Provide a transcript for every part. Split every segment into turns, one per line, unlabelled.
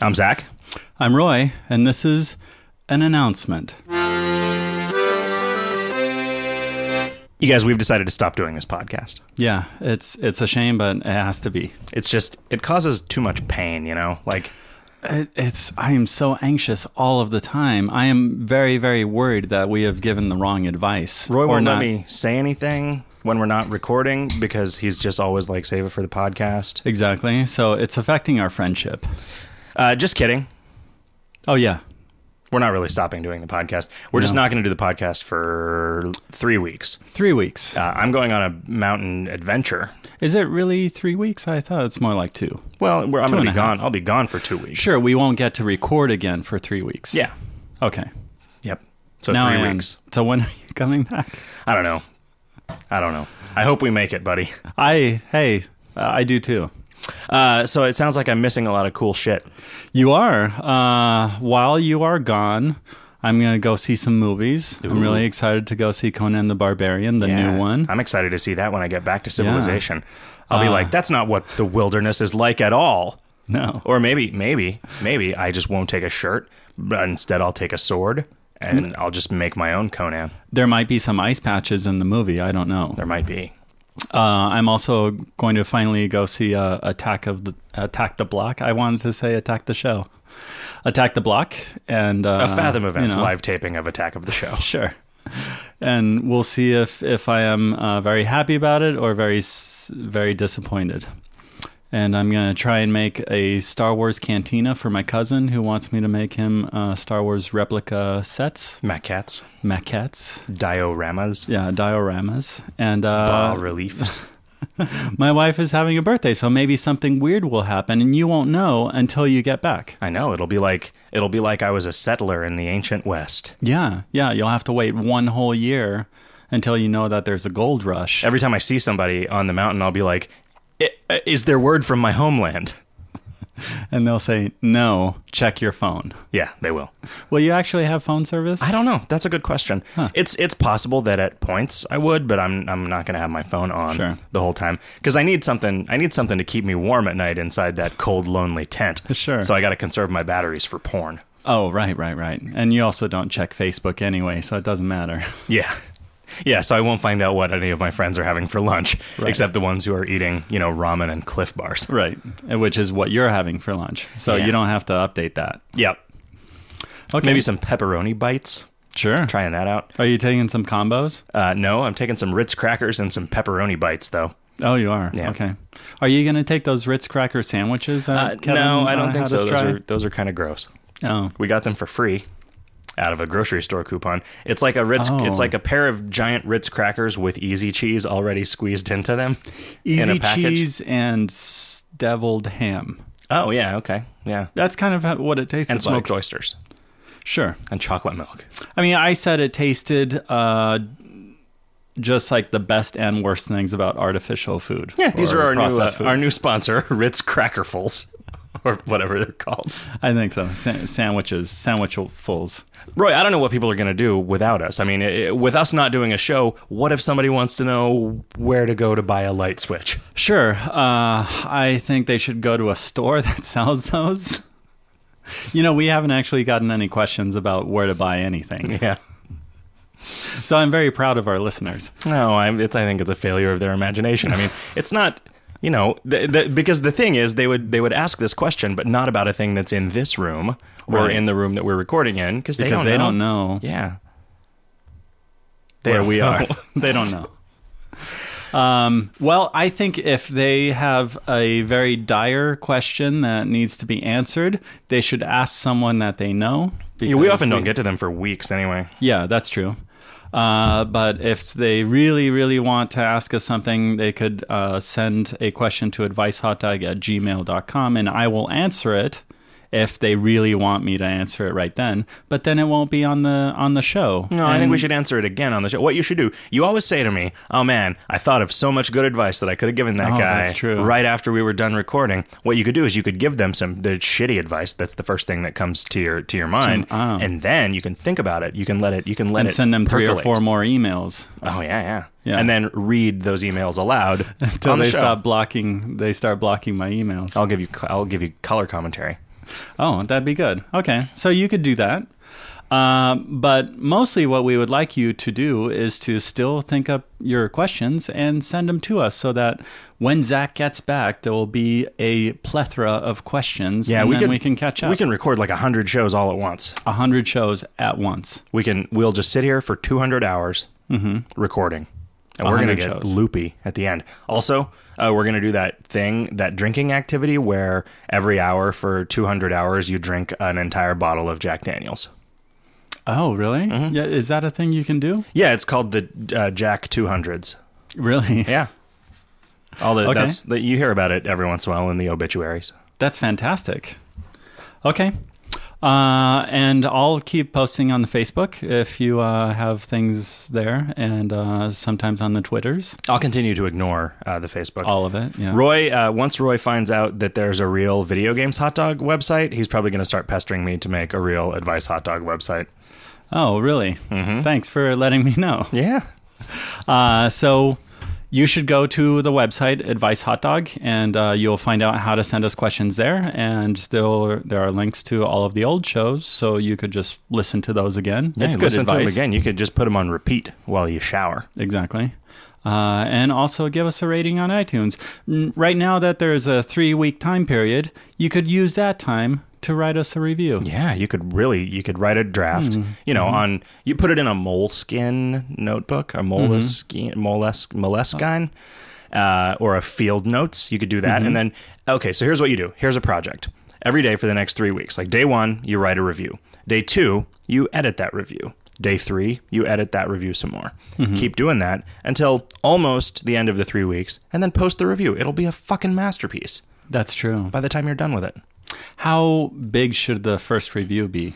I'm Zach.
I'm Roy, and this is an announcement.
You guys, we've decided to stop doing this podcast.
Yeah, it's it's a shame, but it has to be.
It's just, it causes too much pain, you know? Like,
It, it's I am so anxious all of the time. I am very very worried that we have given the wrong advice.
Roy
or
won't
not.
let me say anything when we're not recording because he's just always like, save it for the podcast.
Exactly. So it's affecting our friendship.
Uh, just kidding.
Oh yeah.
We're not really stopping doing the podcast. We're just not going to do the podcast for three weeks.
3 weeks.
Uh, I'm going on a mountain adventure.
Is it really 3 weeks? I thought it's more like 2.
Well, we're, I'm going
and
to be
a
gone. I'll be gone for two weeks.
Sure, we won't get to record again for 3 weeks.
Yeah.
Okay.
Yep. So
now I
three
am.
weeks.
So when are you coming back?
I don't know. I don't know. I hope we make it, buddy.
I hey, uh, I do too.
Uh, so it sounds like I'm missing a lot of cool shit.
You are. Uh, while you are gone, I'm going to go see some movies. I'm really excited to go see Conan the Barbarian, the new one. Ah.
I'm excited to see that when I get back to civilization. I'll be like, that's not what the wilderness is like at all.
No.
Or maybe, maybe, maybe I just won't take a shirt, but instead I'll take a sword
Mm.
and I'll just make my own Conan.
There might be some ice patches in the movie. I don't know.
There might be.
Uh, I'm also going to finally go see uh, Attack of the Attack the Block. I wanted to say Attack the Show. Attack the Block and uh,
A Fathom Events
you know,
live taping of Attack of the Show.
Sure. And we'll see if if I am uh, very happy about it or very s- very disappointed. And I'm gonna try and make a Star Wars cantina for my cousin who wants me to make him uh, Star Wars replica sets,
Maquettes,
maquettes,
dioramas,
yeah, dioramas. And
bas
uh,
reliefs.
my wife is having a birthday, so maybe something weird will happen, and you won't know until you get back.
I know it'll be like it'll be like I was a settler in the ancient West.
Yeah, yeah, you'll have to wait one whole year until you know that there's a gold rush.
Every time I see somebody on the mountain, I'll be like, "I- uh, "Is there word from my homeland?"
and they'll say, "No, check your phone."
Yeah, they will.
Will you actually have phone service?
I don't know. That's a good question. It's it's possible that at points I would, but I'm I'm not going to have my phone on
Sure.
the whole time because I need something I need something to keep me warm at night inside that cold lonely tent.
Sure.
So I got to conserve my batteries for porn.
oh, right, right, right. And you also don't check Facebook anyway, so it doesn't matter.
Yeah. Yeah, so I won't find out what any of my friends are having for lunch, except the ones who are eating, you know, ramen and cliff bars.
right, which is what you're having for lunch. So
Yeah.
you don't have to update that.
Yep.
Okay,
Maybe some pepperoni bites.
sure.
Trying that out.
Are you taking some combos?
Uh, no, I'm taking some Ritz crackers and some pepperoni bites, though.
Oh, you are.
Yeah.
Okay. Are you going to take those Ritz cracker sandwiches?
Uh,
That Kevin,
no, I
uh,
don't think
had
so.
us
Those
try?
are, those are kind of gross.
Oh,
We got them for free out of a grocery store coupon. It's like a Ritz.
Oh.
It's like a pair of giant Ritz crackers with easy cheese already squeezed into them.
easy
in a package.
cheese and s- deviled ham.
Oh yeah, okay, yeah,
That's kind of how- what it tastes
and
like.
smoked oysters
Sure.
and chocolate milk.
I mean, I said it tasted uh, just like the best and worst things about artificial food.
Yeah, these
or
are our new uh,
processed
our new
foods.
sponsor, Ritz Crackerfuls, or whatever they're called.
I think so. Sa- sandwiches, sandwichfuls.
Roy, I don't know what people are going to do without us. I mean, i with us not doing a show, what if somebody wants to know where to go to buy a light switch?
Sure. Uh, I think they should go to a store that sells those. You know, we haven't actually gotten any questions about where to buy anything,
Yeah.
so I'm very proud of our listeners.
No, I, it's, I think it's a failure of their imagination. I mean, it's not, you know, the, the, because the thing is, they would they would ask this question, but not about a thing that's in this room or
Right.
in the room that we're recording in, because they
Because
don't
they
know.
don't know
Yeah.
where
don't
we
know.
are. they don't know. Um, well, I think if they have a very dire question that needs to be answered, they should ask someone that they know.
Yeah, we
because
often don't get to them for weeks anyway.
Yeah, that's true. Uh, but if they really, really want to ask us something, they could uh, send a question to advicehotdog at gmail.com and I will answer it if they really want me to answer it right then. But then it won't be on the on the show.
No, I think we should answer it again on the show. What you should do, you always say to me, "Oh man, I thought of so much good advice that I could have given that
Oh,
guy
that's true.
right after we were done recording." What you could do is you could give them some the shitty advice. That's the first thing that comes to your to your mind,
oh.
and then you can think about it. You can let it. You can let
and
it
send them
percolate.
three or four more emails
Oh yeah, yeah,
Yeah.
and then read those emails aloud
until
on the
they
show.
stop blocking. They start blocking my emails.
I'll give you. I'll give you color commentary.
Oh, that'd be good. Okay, so you could do that. Um, but mostly, what we would like you to do is to still think up your questions and send them to us, so that when Zach gets back, there will be a plethora of questions.
Yeah,
and
we
then
could-
we can catch up.
We can record like 100 shows all at once.
a hundred shows at once.
We can we'll just sit here for 200 hours recording. And we're going to
100
get
shows.
loopy at the end. Also, uh, we're going to do that thing, that drinking activity where every hour for 200 hours you drink an entire bottle of Jack Daniels.
Oh, really? Yeah, is that a thing you can do?
Yeah, it's called the uh, Jack 200s.
Really?
Yeah. All the,
Okay.
that's that you hear about it every once in a while in the obituaries.
That's fantastic. Okay. Uh, and I'll keep posting on the Facebook if you uh, have things there, and uh, sometimes on the Twitters,
I'll continue to ignore uh, the Facebook.
all of it. Yeah.
Roy, uh, once Roy finds out that there's a real video games hot dog website, he's probably going to start pestering me to make a real advice hot dog website.
Oh, really?
Mm-hmm.
Thanks for letting me know.
Yeah.
Uh, so you should go to the website Advice Hot Dog, and uh, you'll find out how to send us questions there. And there there are links to all of the old shows, so you could just listen to those again.
It's
it's good
listen to
advice.
them again. You could just put them on repeat while you shower.
Exactly. Uh, and also give us a rating on iTunes. N- Right now that there's a three week time period, you could use that time to write us a review.
Yeah, you could really you could write a draft. You know, on you put it in a moleskin notebook, a moleskin molesk moleskine, uh, or a field notes. You could do that, and then okay. So here's what you do. Here's a project every day for the next three weeks. Like day one, you write a review. Day two, you edit that review. Day three, you edit that review some more. Keep doing that until almost the end of the three weeks, and then post the review. It'll be a fucking masterpiece
That's true.
by the time you're done with it.
How big should the first review be?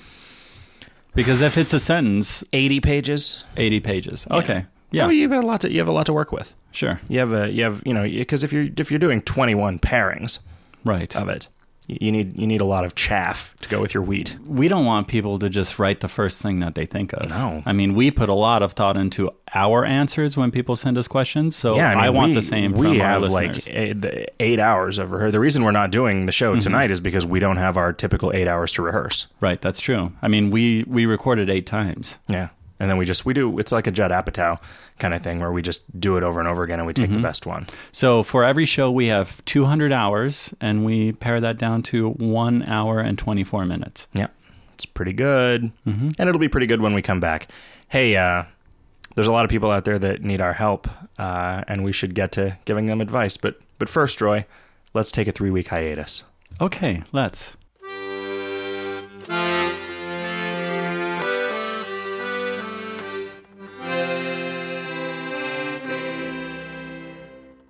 Because if it's a sentence,
80 pages,
80 pages. Okay.
Oh,
Yeah.
you have a lot to you have a lot to work with.
Sure.
You have a you have you know because if you're if you're doing 21 pairings
Right.
of it, y- you need you need a lot of chaff to go with your wheat.
we don't want people to just write the first thing that they think of.
No.
I mean, we put a lot of thought into our answers when people send us questions. So Oh, I,
mean,
want
we-
the same
We
from our
have
listeners. Mm-hmm.
like eight, the eight hours of rehearsal. The reason we're not doing the show tonight is because we don't have our typical eight hours to rehearse.
right. That's true. I mean, we, we recorded eight times.
Yeah. And then we just we do it's like a Judd Apatow kind of thing where we just do it over and over again and we
Mm-hmm.
take the best one.
So for every show, we have 200 hours, and we pare that down to one hour and 24 minutes.
Yeah, it's pretty good, and it'll be pretty good when we come back. Hey, uh, there's a lot of people out there that need our help, uh, and we should get to giving them advice. But but first, Roy, let's take a three week hiatus.
Okay, let's.